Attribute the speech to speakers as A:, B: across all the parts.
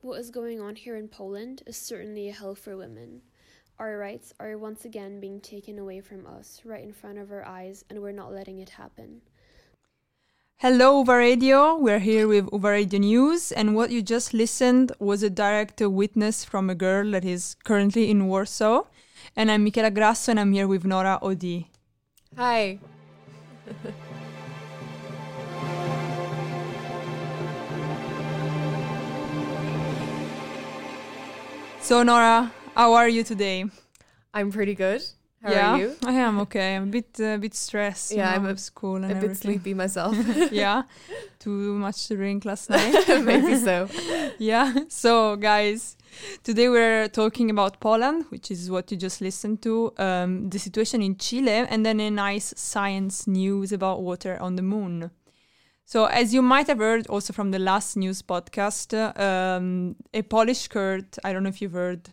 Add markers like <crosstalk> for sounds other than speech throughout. A: What is going on here in Poland is certainly a hell for women. Our rights are once again being taken away from us right in front of our eyes, and we're not letting it happen.
B: Hello, Uva Radio. We're here with Uva Radio News, and what you just listened was a direct witness from a girl that is currently in Warsaw. And I'm Michela Grasso, and I'm here with Nora Odi.
C: Hi.
B: <laughs> So, Nora, how are you today?
C: I'm pretty good. How
B: yeah,
C: are you?
B: I am okay. I'm a bit, uh, a bit stressed.
C: Yeah,
B: you
C: I'm
B: know,
C: a-
B: with school and
C: A bit
B: everything. <laughs>
C: sleepy myself. <laughs>
B: yeah, too much to drink last night.
C: Maybe so.
B: <laughs> yeah. So, guys, today we're talking about Poland, which is what you just listened to, um, the situation in Chile, and then a nice science news about water on the moon. So, as you might have heard also from the last news podcast, uh, um, a Polish Kurt, I don't know if you've heard,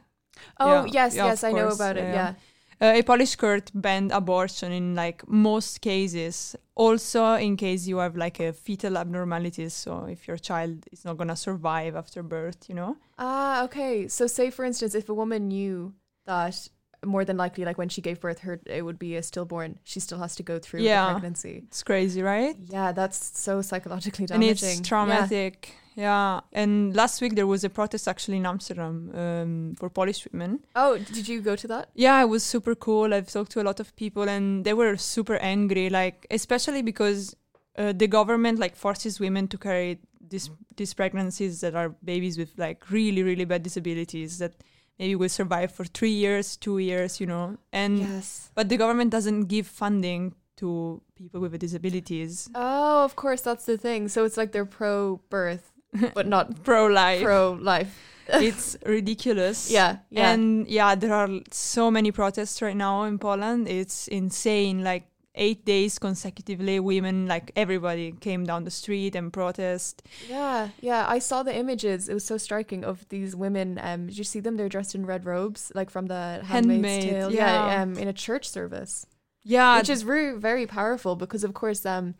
C: Oh,
B: Yeah,
C: yes,
B: yeah, of
C: yes, I know
B: course,
C: about it.
B: yeah.
C: Yeah.
B: uh, a Polish court banned abortion in like most cases. Also, in case you have like a fetal abnormalities, so if your child is not gonna survive after birth, you know.
C: Ah, okay. So say for instance if a woman knew that more than likely like when she gave birth her it would be a stillborn, she still has to go through with
B: Yeah.
C: the pregnancy.
B: It's crazy, right?
C: Yeah, that's so psychologically
B: and
C: damaging.
B: it's traumatic. Yeah. And last week there was a protest actually in Amsterdam um, for Polish women.
C: Yeah. Oh, did you go to that?
B: Yeah, it was super cool. I've talked to a lot of people and they were super angry, like especially because uh, the government like forces women to carry these
C: Mm-hmm.
B: these pregnancies that are babies with like really really bad disabilities that maybe will survive for three years, two years, you know. And
C: Yes.
B: but the government doesn't give funding to people with disabilities.
C: Oh, of course that's the thing. So it's like they're pro
B: <laughs>
C: birth but not
B: Pro life,
C: pro life.
B: it's ridiculous.
C: <laughs> Yeah. Yeah.
B: And yeah, there are so many protests right now in Poland. It's insane. Like eight days consecutively, women, like everybody, came down the street and protest.
C: Yeah, yeah. I saw the images. It was so striking of these women. Um, did you see them? They're dressed in red robes, like from the Handmaid's
B: Handmaid,
C: Tale.
B: yeah.
C: um, in a church service,
B: Yeah,
C: which is very, very powerful because, of course, um,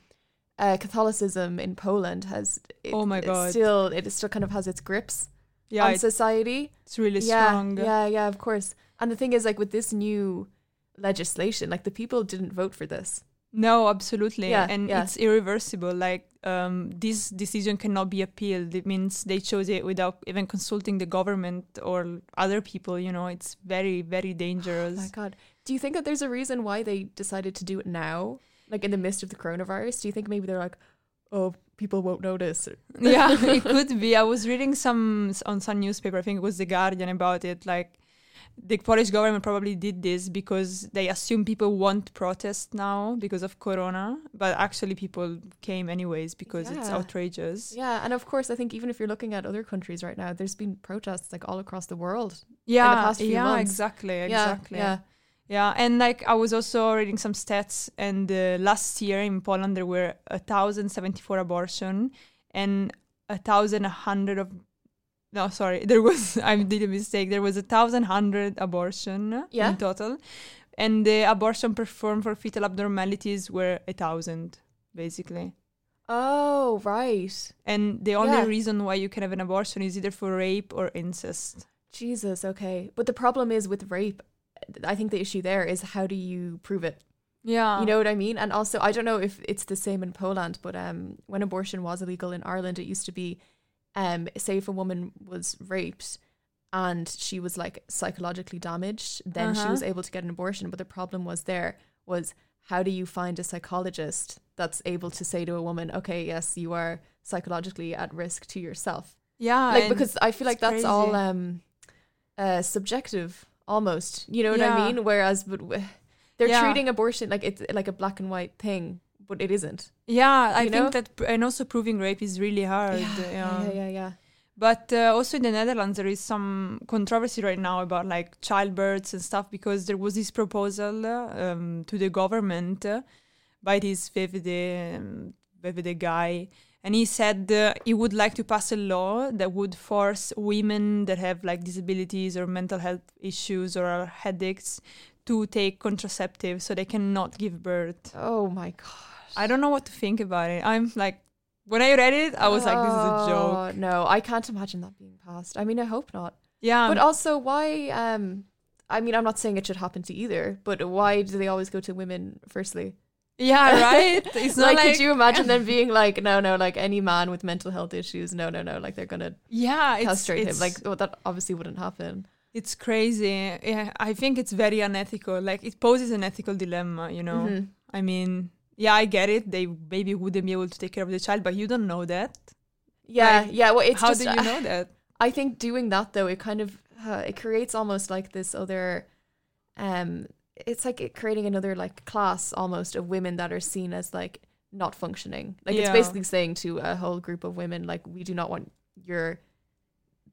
C: uh, Catholicism in Poland has. It,
B: Oh my
C: it's
B: God.
C: Still, it still kind of has its grips
B: yeah,
C: on
B: it's,
C: society.
B: it's really
C: yeah,
B: strong.
C: yeah, yeah. Of course. And the thing is, like with this new legislation, like the people didn't vote for this.
B: No, absolutely.
C: Yeah,
B: and
C: yeah.
B: it's irreversible. Like um, this decision cannot be appealed. It means they chose it without even consulting the government or other people. You know, it's very, very
C: <sighs>
B: dangerous.
C: My God. Do you think that there's a reason why they decided to do it now, like in the midst of the coronavirus? Do you think maybe they're like, oh, people won't notice? or-
B: yeah, <laughs> it could be. I was reading some s- on some newspaper. I think it was the Guardian about it. Like the Polish government probably did this because they assume people won't protest now because of Corona, but actually people came anyways because it's
C: Yeah.
B: outrageous.
C: Yeah, and of course, I think even if you're looking at other countries right now, there's been protests like all across the world.
B: Yeah,
C: past few
B: yeah,
C: months.
B: exactly,
C: Yeah,
B: exactly.
C: Yeah,
B: Yeah, and like I was also reading some stats, and uh, last year in Poland there were thousand seventy four abortion, and a thousand hundred of, no sorry, <laughs> there was I did a mistake. There was a thousand hundred abortion
C: Yeah.
B: in total, and the abortion performed for fetal abnormalities were a thousand basically.
C: Oh, right.
B: And the only
C: Yeah.
B: reason why you can have an abortion is either for rape or incest.
C: Jesus. Okay, but the problem is with rape. I think the issue there is how do you prove it?
B: Yeah,
C: You know what I mean? And also, I don't know if it's the same in Poland, but um, when abortion was illegal in Ireland, it used to be, um, say if a woman was raped and she was like psychologically damaged, then she
B: Uh-huh.
C: was able to get an abortion. But the problem was there was how do you find a psychologist that's able to say to a woman, okay, yes, you are psychologically at risk to yourself?
B: yeah,
C: Like
B: and-
C: because I feel like
B: it's
C: that's all
B: crazy.
C: um, uh, subjective almost. You know what I
B: Yeah.
C: mean? Whereas, but w- they're
B: Yeah.
C: treating abortion like it's like a black and white thing, but it isn't.
B: Yeah, I
C: You know?
B: think that, pr- and also proving rape is really hard.
C: yeah, yeah, yeah, yeah.
B: But uh, also in the Netherlands, there is some controversy right now about like childbirths and stuff because there was this proposal uh, um, to the government uh, by this VVD, um, VVD guy. And he said uh, he would like to pass a law that would force women that have like disabilities or mental health issues or are headaches to take contraceptives so they cannot give birth.
C: Oh my god.
B: I don't know what to think about it. I'm like, When I read it, I was like, this is a joke.
C: Oh, No, I can't imagine that being passed. I mean, I hope not.
B: Yeah.
C: but also, why? Um, I mean, I'm not saying it should happen to either, but why do they always go to women firstly?
B: yeah, <laughs> right? It's not like,
C: could you imagine them being like, no, no, like any man with mental health issues, no, no, no, like they're gonna
B: yeah, it's,
C: castrate him.
B: it's-
C: Like, well, that obviously wouldn't happen.
B: It's crazy. Yeah, I think it's very unethical. Like it poses an ethical dilemma, you know.
C: Mhm.
B: I mean, yeah, I get it. They maybe wouldn't be able to take care of the child, but you don't know that.
C: Yeah,
B: Like,
C: yeah. Well, it's
B: How
C: just uh,
B: do you know
C: <laughs>
B: that?
C: I think doing that though, it kind of uh, it creates almost like this other, um, it's like it creating another like class almost of women that are seen as like not functioning. Like it's
B: Yeah.
C: basically saying to a whole group of women, like we do not want your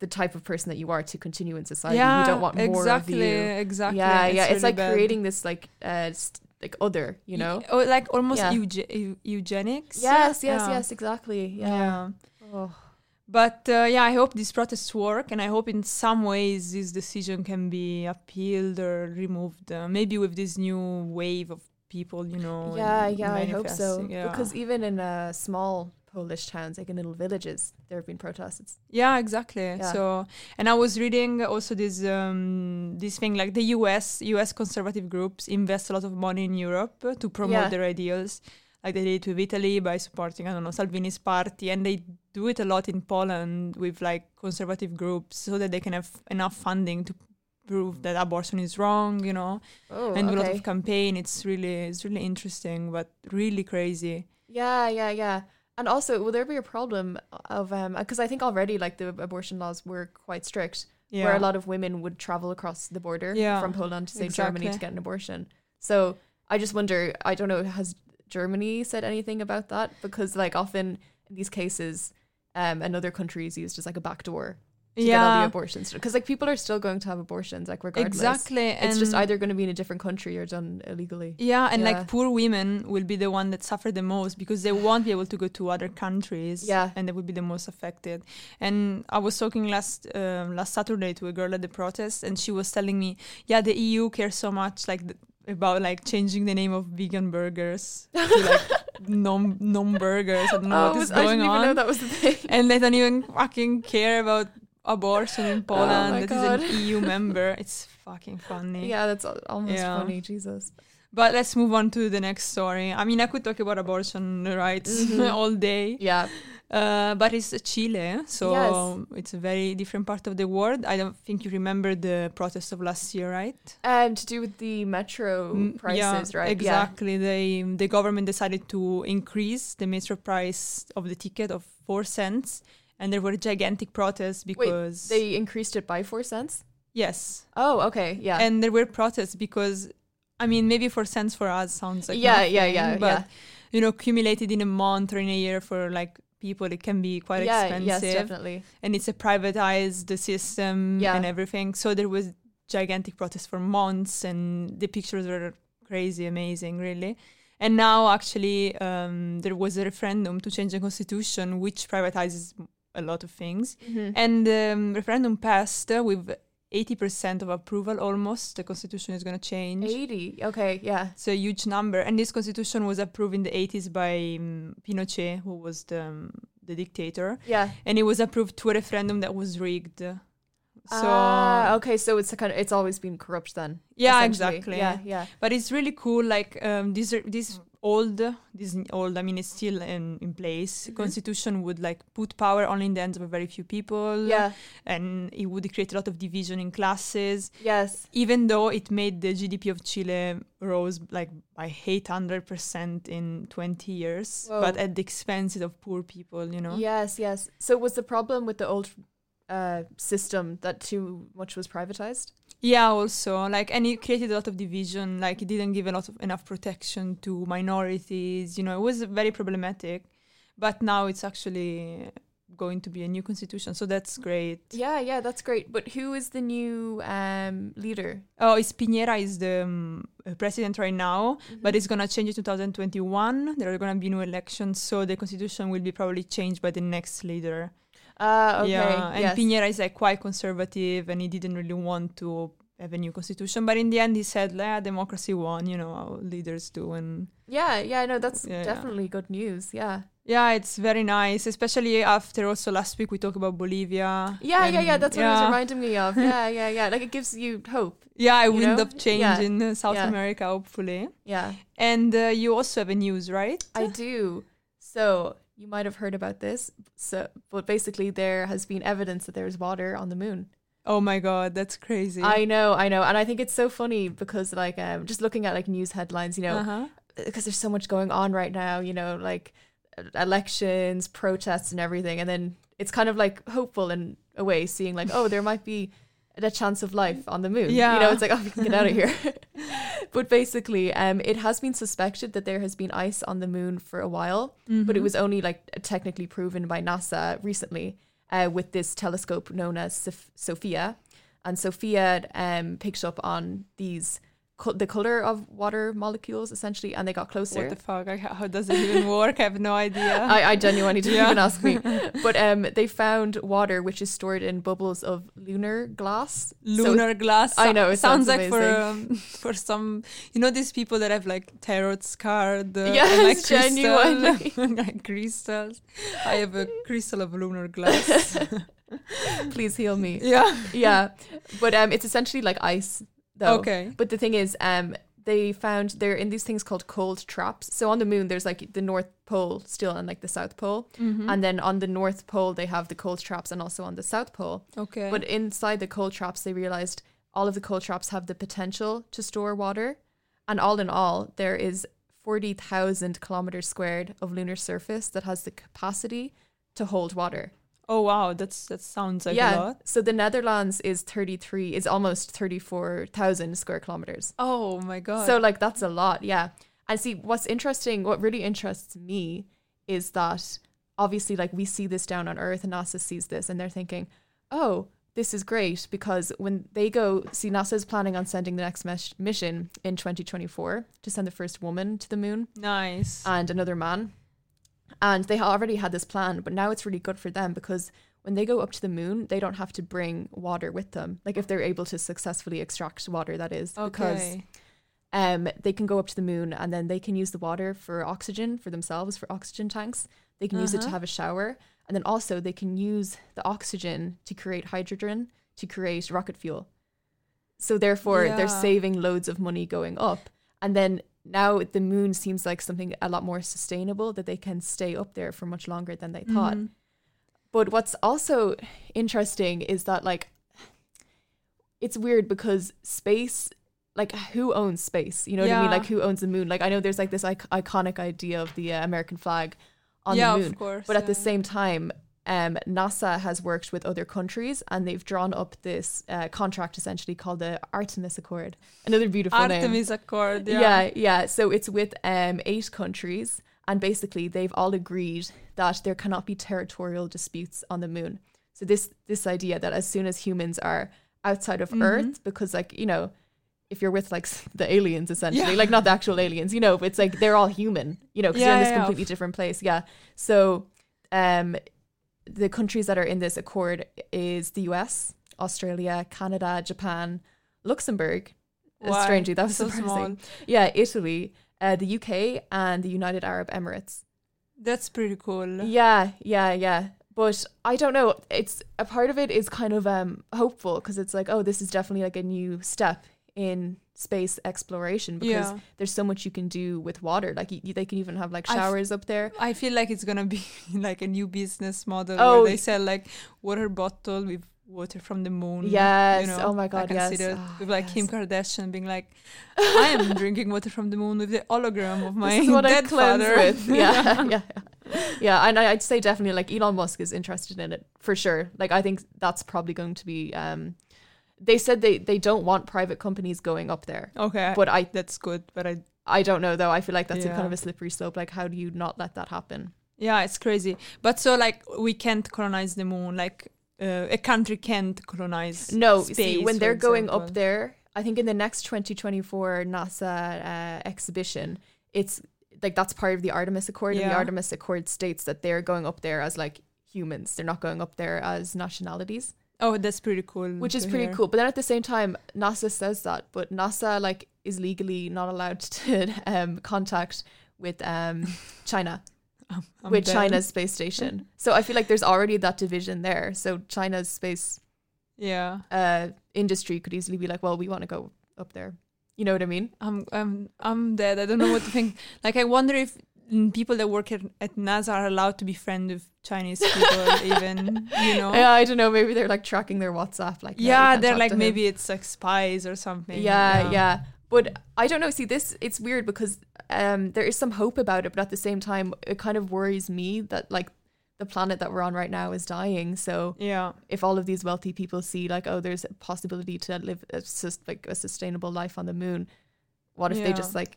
C: the type of person that you are to continue in society. we don't want more
B: exactly,
C: of you.
B: Exactly.
C: Yeah, yeah. It's
B: really
C: like
B: bad.
C: creating this like uh st- like other, you
B: Y-
C: know.
B: or like almost
C: Yeah.
B: euge- eu- eugenics.
C: Yes, yes,
B: Yeah.
C: yes. Exactly.
B: Yeah.
C: Yeah. Oh.
B: But uh, yeah, I hope these protests work, and I hope in some ways this decision can be appealed or removed. Uh, maybe with this new wave of people, you know.
C: yeah,
B: and
C: yeah. I hope so.
B: manifesting, yeah.
C: Because even in uh, small Polish towns, like in little villages, there have been protests. It's,
B: Yeah, exactly.
C: Yeah.
B: So, and I was reading also this um, this thing like the U.S. U.S. conservative groups invest a lot of money in Europe uh, to promote
C: Yeah.
B: their ideals, like they did with Italy by supporting I don't know Salvini's party, and they do it a lot in Poland with like conservative groups so that they can have enough funding to prove that abortion is wrong, you know,
C: oh,
B: and a lot of campaign. It's really it's really interesting, but really crazy.
C: yeah, yeah, yeah. And also, will there be a problem of um? Because I think already like the abortion laws were quite strict,
B: Yeah.
C: where a lot of women would travel across the border
B: Yeah,
C: from Poland to say Germany
B: exactly.
C: to get an abortion. So I just wonder. I don't know. Has Germany said anything about that? Because like often in these cases, um, another country is used as like a backdoor to get all the abortions because like people are still going to have abortions like regardless.
B: exactly.
C: It's just
B: and-
C: either going to be in a different country or done illegally.
B: Yeah, and
C: Yeah.
B: like poor women will be the one that suffer the most because they won't be able to go to other countries.
C: Yeah.
B: and they will be the most affected. And I was talking last um, last Saturday to a girl at the protest, and she was telling me, "Yeah, the EU cares so much like th- about like changing the name of vegan burgers to
C: <laughs>
B: like nom nom burgers. I don't know what is
C: Oh, I
B: going
C: didn't even know
B: on,
C: that was the
B: <laughs>
C: thing.
B: and they don't even fucking care about." Abortion in
C: Oh my
B: Poland that is
C: God.
B: an
C: <laughs>
B: EU member. It's fucking funny.
C: Yeah, that's al- almost
B: Yeah.
C: funny. Jesus.
B: But let's move on to the next story. I mean, I could talk about abortion rights
C: Mhm.
B: <laughs> all day,
C: Yeah.
B: uh, but it's Chile, so
C: Yes.
B: it's a very different part of the world. I don't think you remember the protest of last year, right?
C: Um, to do with the metro
B: Mm,
C: prices, right?
B: Exactly. They the government decided to increase the metro price of the ticket of four cents, and there were gigantic protests because
C: Yeah. They increased it by four cents.
B: yes,
C: Oh, okay. Yeah.
B: and there were protests because I mean maybe four cents for us sounds like
C: Yeah, yeah,
B: nothing,
C: yeah,
B: but
C: yeah.
B: you know accumulated in a month or in a year for like people it can be quite
C: yeah. Yes,
B: expensive
C: definitely.
B: and it's a privatized system
C: Yeah.
B: and everything so there was gigantic protests for months and the pictures were crazy amazing really and now actually um, there was a referendum to change the constitution which privatizes a lot of things
C: Mm-hmm.
B: and the um, referendum passed uh, with 80% of approval almost. The constitution is going to change.
C: Eighty. Okay. Yeah.
B: It's a huge number. And this constitution was approved in the 80s by um, Pinochet, who was the, um, the dictator.
C: Yeah.
B: And it was approved to a referendum that was rigged. So,
C: Ah, okay. So it's a kind of it's always been corrupt then.
B: yeah,
C: essentially.
B: exactly.
C: Yeah. Yeah.
B: But it's really cool. Like, um, this, this old, this old, I mean, it's still in, in place.
C: Mm-hmm.
B: Constitution would like put power only in the hands of a very few people.
C: Yeah.
B: And it would create a lot of division in classes.
C: Yes.
B: even though it made the GDP of Chile rose like by 800% in 20 years,
C: Whoa.
B: but at the expenses of poor people, you know?
C: Yes, yes. So was the problem with the old uh, system that too much was privatized?
B: Yeah, also, like, and it created a lot of division, like, it didn't give a lot of enough protection to minorities, you know, it was very problematic, but now it's actually going to be a new constitution, so that's great.
C: Yeah, yeah, that's great. But who is the new um, leader?
B: Oh, it's Piñera is the um, uh, president right now,
C: Mm-hmm.
B: but it's gonna change in 2021. There are gonna be new elections, so the constitution will be probably changed by the next leader.
C: Ah, okay.
B: Yeah, and
C: yes.
B: Piñera is like quite conservative, and he didn't really want to have a new constitution. But in the end, he said, "Yeah, democracy won." You know how leaders do, and
C: yeah, yeah, no, that's
B: Yeah, yeah.
C: definitely good news. Yeah.
B: Yeah, it's very nice, especially after also last week we talked about Bolivia.
C: Yeah, yeah, yeah.
B: and-
C: That's what it was reminding
B: <laughs>
C: me of. Yeah, yeah, yeah. Like it gives you hope.
B: Yeah, a
C: you
B: wind
C: know?
B: of change
C: Yeah,
B: in uh, South
C: yeah.
B: America, hopefully.
C: Yeah,
B: And uh, you also have a news, right?
C: I do. So you might have heard about this. So, but basically, there has been evidence that there is water on the moon.
B: oh my god, that's crazy.
C: I know, I know, and I think it's so funny because, like, um, just looking at like news headlines, you know,
B: Uh-huh.
C: because there's so much going on right now, you know, like elections, protests, and everything. And then it's kind of like hopeful in a way, seeing like, oh, there might be a chance of life on the moon. You
B: Yeah.
C: know, it's like, oh, we can get out of here. but basically, um, it has been suspected that there has been ice on the moon for a while, but it was only like technically proven by NASA recently uh, with this telescope known as Sof- Sophia. And Sophia um, picked up on these. Co- the color of water molecules essentially and they got closer
B: What the fuck? I, how does it even work? I have no idea.
C: <laughs> I, I genuinely didn't
B: <laughs> Yeah.
C: even ask me. But um, they found water which is stored in bubbles of lunar glass. So-
B: Lunar glass.
C: I know, it
B: sounds,
C: sounds
B: like for
C: amazing.
B: um, <laughs> for some, you know, these people that have like tarot card, uh, and,
C: Yes,
B: like,
C: genuinely.
B: crystal, <laughs> like crystals. I have
C: <laughs>
B: a crystal of lunar glass.
C: please heal
B: <laughs>
C: me.
B: yeah.
C: yeah, but um, it's essentially like ice, though.
B: Okay.
C: But the thing is, um, they found they're in these things called cold traps. So on the moon, there's like the North Pole still and like the South Pole,
B: Mm-hmm.
C: and then on the North Pole they have the cold traps, and also on the South Pole.
B: Okay.
C: But inside the coal traps, they realized all of the coal traps have the potential to store water. And all in all, there is 40,000 kilometers squared of lunar surface that has the capacity to hold water.
B: oh wow, that's that sounds like a lot.
C: So the Netherlands is 33, is almost 34,000 square kilometers.
B: Oh my god.
C: So, like, that's a lot. Yeah. And see, what's interesting, what really interests me is that obviously, like, we see this down on Earth, and NASA sees this, and they're thinking, oh, this is great because when they go, see, NASA is planning on sending the next mesh- mission in 2024 to send the first woman to the moon
B: nice.
C: and another man. And they already had this plan, but now it's really good for them because when they go up to the moon, they don't have to bring water with them. Like, if they're able to successfully extract water, that is. Because
B: okay.
C: um, they can go up to the moon and then they can use the water for oxygen for themselves for oxygen tanks. They can use it to
B: Uh-huh.
C: have a shower, and then also they can use the oxygen to create hydrogen to create rocket fuel. So therefore,
B: Yeah.
C: they're saving loads of money going up, and then now the moon seems like something a lot more sustainable that they can stay up there for much longer than they thought.
B: Mhm.
C: But what's also interesting is that like it's weird because space like who owns space? You know what I mean?
B: Yeah.
C: Like who owns the moon? Like I know there's like this ic- iconic idea of the uh, American flag on
B: yeah,
C: the moon.
B: of course.
C: But at the
B: yeah.
C: same time, um, NASA has worked with other countries and they've drawn up this uh, contract essentially called the Artemis Accord. Another beautiful name.
B: Artemis Accord. Yeah.
C: Yeah, yeah. So it's with um, eight countries, and basically they've all agreed that there cannot be territorial disputes on the moon. So this this idea that as soon as humans are outside
B: Mm-hmm.
C: of Earth, because like you know, if you're with like <laughs> s- the aliens essentially,
B: Yeah.
C: like not the actual aliens, you know, but it's like they're all human, you know, because
B: Yeah,
C: you're in this
B: yeah, yeah.
C: completely different place. Yeah. So, um, the countries that are in this accord is the U.S., Australia, Canada, Japan, Luxembourg. Uh,
B: Why?
C: Strangely, that was
B: So
C: surprising.
B: small.
C: Yeah, Italy, uh, the UK, and the United Arab Emirates.
B: That's pretty cool.
C: Yeah, yeah, yeah. But I don't know. It's a part of it is kind of um hopeful because it's like, oh, this is definitely like a new step in space exploration because
B: Yeah.
C: there's so much you can do with water. Like you, they can even have like
B: I f-
C: showers up there.
B: I feel like it's gonna be <laughs> like a new business model
C: Oh.
B: where they sell like water bottle with water from the moon.
C: Yes. Oh my God,
B: I can see
C: yes.
B: that
C: Ah,
B: with like Kim
C: yes.
B: Kardashian being
C: <laughs>
B: like, I am drinking water from the moon with the hologram of my
C: this is what I
B: dead
C: cleanse
B: father.
C: with.
B: <laughs>
C: Yeah, <laughs> yeah, yeah. yeah. And I, I'd say definitely like Elon Musk is interested in it for sure. Like I think that's probably going to be. Um, they said they they don't want private companies going up there,
B: Okay.
C: but I
B: that's good. But I
C: I don't know though. I feel like that's a
B: Yeah.
C: kind of a slippery slope. Like how do you not let that happen?
B: yeah, it's crazy. But so like we can't colonize the moon. Like uh, a country can't colonize.
C: No,
B: space,
C: see when
B: for
C: they're going up
B: example.
C: there, I think in the next 2024 NASA uh, exhibition, it's like that's part of the Artemis Accord, and
B: Yeah.
C: the Artemis Accord states that they're going up there as like humans. They're not going up there as nationalities.
B: Oh, that's pretty cool.
C: which is
B: to
C: pretty
B: hear.
C: cool. But then at the same time, NASA says that, but NASA like <laughs> is legally not allowed to um, contact with um, China.
B: I'm- I'm
C: with
B: dead.
C: China's space station. So I feel like there's already that division there. So China's space
B: Yeah.
C: uh, industry could easily be like, well, we want to go up there. You know what I mean?
B: I'm I'm I'm dead. I don't know what to
C: <laughs>
B: think. Like I wonder if mm, people that work at, at NASA are allowed to be friends with Chinese people
C: <laughs>
B: even, you know.
C: Yeah, I don't know. Maybe they're like tracking their WhatsApp. Like, no, we
B: yeah,
C: can't
B: they're
C: talk
B: like
C: to him.
B: maybe it's like spies or something.
C: Yeah, yeah, But I don't know. See, this it's weird because um, there is some hope about it, but at the same time, it kind of worries me that like the planet that we're on right now is dying. So
B: Yeah.
C: if all of these wealthy people see like, oh, there's a possibility to live a, sus- like a sustainable life on the moon, what if they
B: Yeah.
C: just like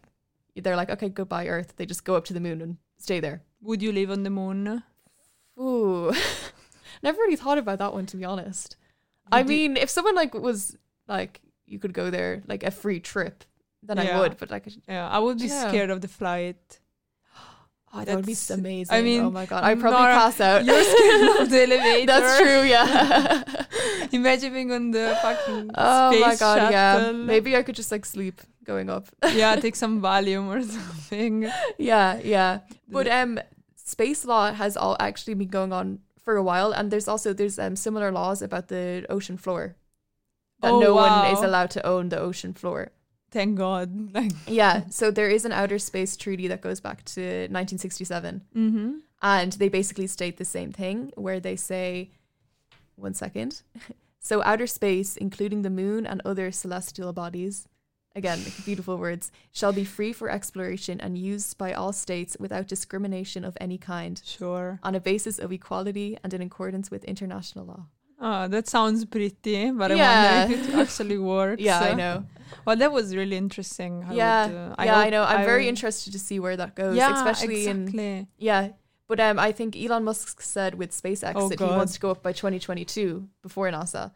C: they're like, okay, goodbye Earth. They just go up to the moon and stay there.
B: Would you live on the moon?
C: Ooh, <laughs> never really thought about that one to be honest. I
B: Would you-
C: mean, if someone like was like you could go there like a free trip, then I
B: Yeah.
C: would. But like,
B: yeah, I would be
C: Yeah.
B: scared of the flight.
C: oh, that would be
B: That's-
C: amazing.
B: I mean,
C: oh my god, I probably
B: Nora, <laughs>
C: pass out.
B: You're scared of
C: <laughs>
B: the elevator.
C: Uh, That's true. Yeah. <laughs>
B: Imagine being on the fucking
C: oh
B: space
C: my god. Yeah.
B: shuttle.
C: Maybe I could just like sleep going up.
B: <laughs> yeah, take some Valium or <laughs> something.
C: yeah, yeah. But um, space law has all actually been going on for a while, and there's also there's um similar laws about the ocean floor that
B: Oh,
C: no one is
B: wow.
C: allowed to own the ocean floor.
B: Thank God. Like,
C: Yeah, so there is an outer space treaty that goes back to 1967,
B: mm-hmm.
C: and they basically state the same thing where they say, one second. <laughs> So, outer space, including the moon and other celestial bodies, again, beautiful words, shall be free for exploration and used by all states without discrimination of any kind,
B: sure.
C: on a basis of equality and in accordance with international law.
B: Oh, that sounds pretty, but I
C: Yeah.
B: wonder if it
C: <laughs>
B: actually works.
C: Yeah, I
B: Uh,
C: know.
B: Well, that was really interesting. I
C: Yeah,
B: would, uh,
C: yeah, I,
B: hope-
C: know. I'm very
B: would-
C: interested to see where that goes,
B: Yeah,
C: especially in
B: exactly.
C: Yeah. But um, I think Elon Musk said with SpaceX
B: Oh,
C: that he
B: God.
C: wants to go up by 2022 before NASA.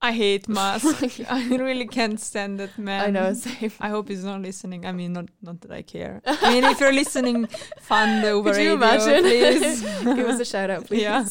B: I
C: <laughs>
B: hate Musk. I really can't stand that man.
C: I know, <laughs> same.
B: I hope he's not listening. I mean, not not that I care.
C: <laughs>
B: I mean, if you're listening, fund the Uber
C: Could you
B: radio,
C: imagine?
B: please.
C: <laughs> Give us a shout out, please.
B: Yeah,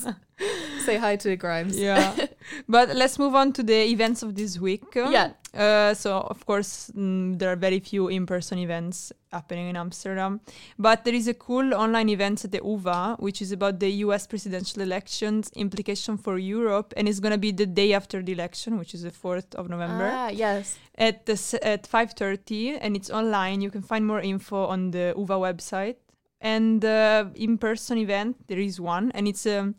C: Say hi to Grimes.
B: yeah. <laughs> But let's move on to the events of this week.
C: Yeah.
B: Uh, so of course mm, there are very few in-person events happening in Amsterdam, but there is a cool online event at the UVA, which is about the U.S. presidential elections implication for Europe, and it's gonna be the day after the election, which is the fourth of November
C: Ah, yes.
B: at the s- at 5:30 and it's online you can find more info on the uva website and the in-person event there is one and it's um,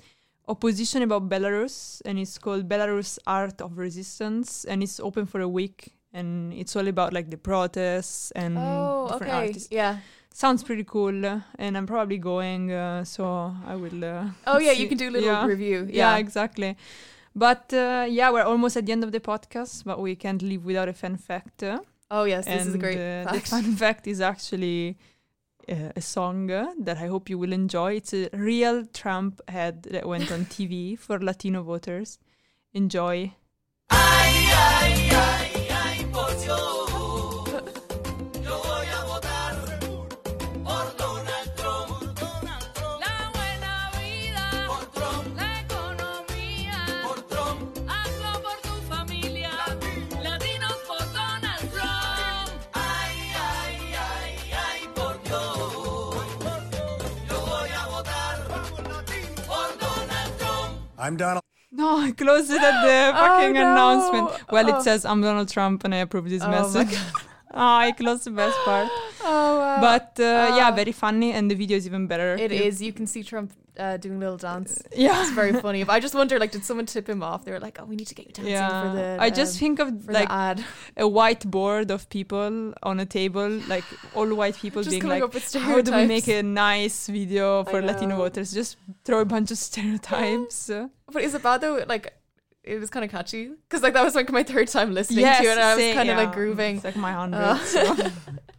B: opposition about belarus and it's called belarus art of resistance and it's open for a week and it's all about like the protests and
C: oh,
B: Mm, different
C: okay.
B: artists
C: Yeah.
B: sounds pretty cool uh, and i'm probably going uh, so i will uh,
C: Oh, yeah,
B: see-
C: you can do a little
B: yeah.
C: review.
B: Yeah,
C: Yeah.
B: exactly. But uh, yeah, we're almost at the end of the podcast, but we can't leave without a fun fact. uh,
C: Oh, yes, this is a great
B: and, uh,
C: fact.
B: The fun <laughs> fact is actually uh, a song uh, that I hope you will enjoy. It's a real Trump ad that went <laughs> on TV for Latino voters. Enjoy.
D: La buena vida, por Trump. La economía, por Trump. Hazlo por tu familia, latinos por Donald Trump. Ay, ay, ay, ay, por Dios. Yo voy a votar por Donald Trump.
E: I'm Donald.
B: No, I closed it at <laughs> the
C: Oh,
B: fucking
C: no.
B: announcement. Well,
C: Oh.
B: it says I'm Donald Trump and I approve this
C: Oh, my
B: message. <laughs> Ah, I closed the best part.
C: <laughs>
B: <laughs>
C: oh, wow.
B: But uh, yeah,
C: Oh.
B: very funny and the video is even better.
C: it
B: You-
C: is. You can see Trump uh, doing a little dance.
B: <laughs> Yeah.
C: It's
B: <laughs>
C: very funny. But I just wonder, like, did someone tip him off? They were like, oh, we need to get you dancing
B: yeah
C: for the.
B: i just
C: um,
B: think of
C: for
B: like
C: the ad.
B: a whiteboard of people on a table like all white people
C: Just
B: being
C: coming
B: like
C: up with
B: how do we make
C: stereotypes."
B: a nice video
C: I
B: for latino
C: know.
B: voters just throw a bunch of
C: <laughs>
B: stereotypes
C: But is it bad though? Like, it was kind of catchy because like that was like my third time listening to it, and I was
B: say-
C: kind of like
B: yeah,
C: grooving.
B: it's like my hundred
C: Oh.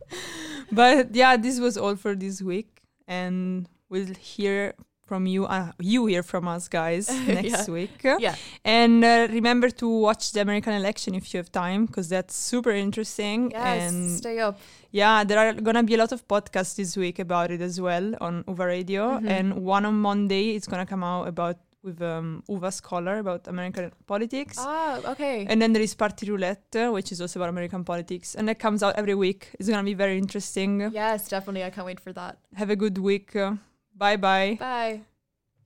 C: <laughs>
B: but yeah this was all for this week and we'll hear from you uh, you hear from us
C: <laughs>
B: guys next week
C: Yeah.
B: and uh, remember to watch the american election if you have time because that's super interesting
C: Yes,
B: and
C: stay up.
B: Yeah, there are gonna be a lot of podcasts this week about it as well on Uva Radio, and one on Monday it's gonna come out about with um, Uva Scholar about American politics,
C: Ah, okay.
B: and then there is Party Roulette, uh, which is also about American politics, and that comes out every week. It's gonna be very interesting.
C: yes, definitely. I can't wait for that.
B: Have a good week. uh,
F: Bye bye.
B: Bye.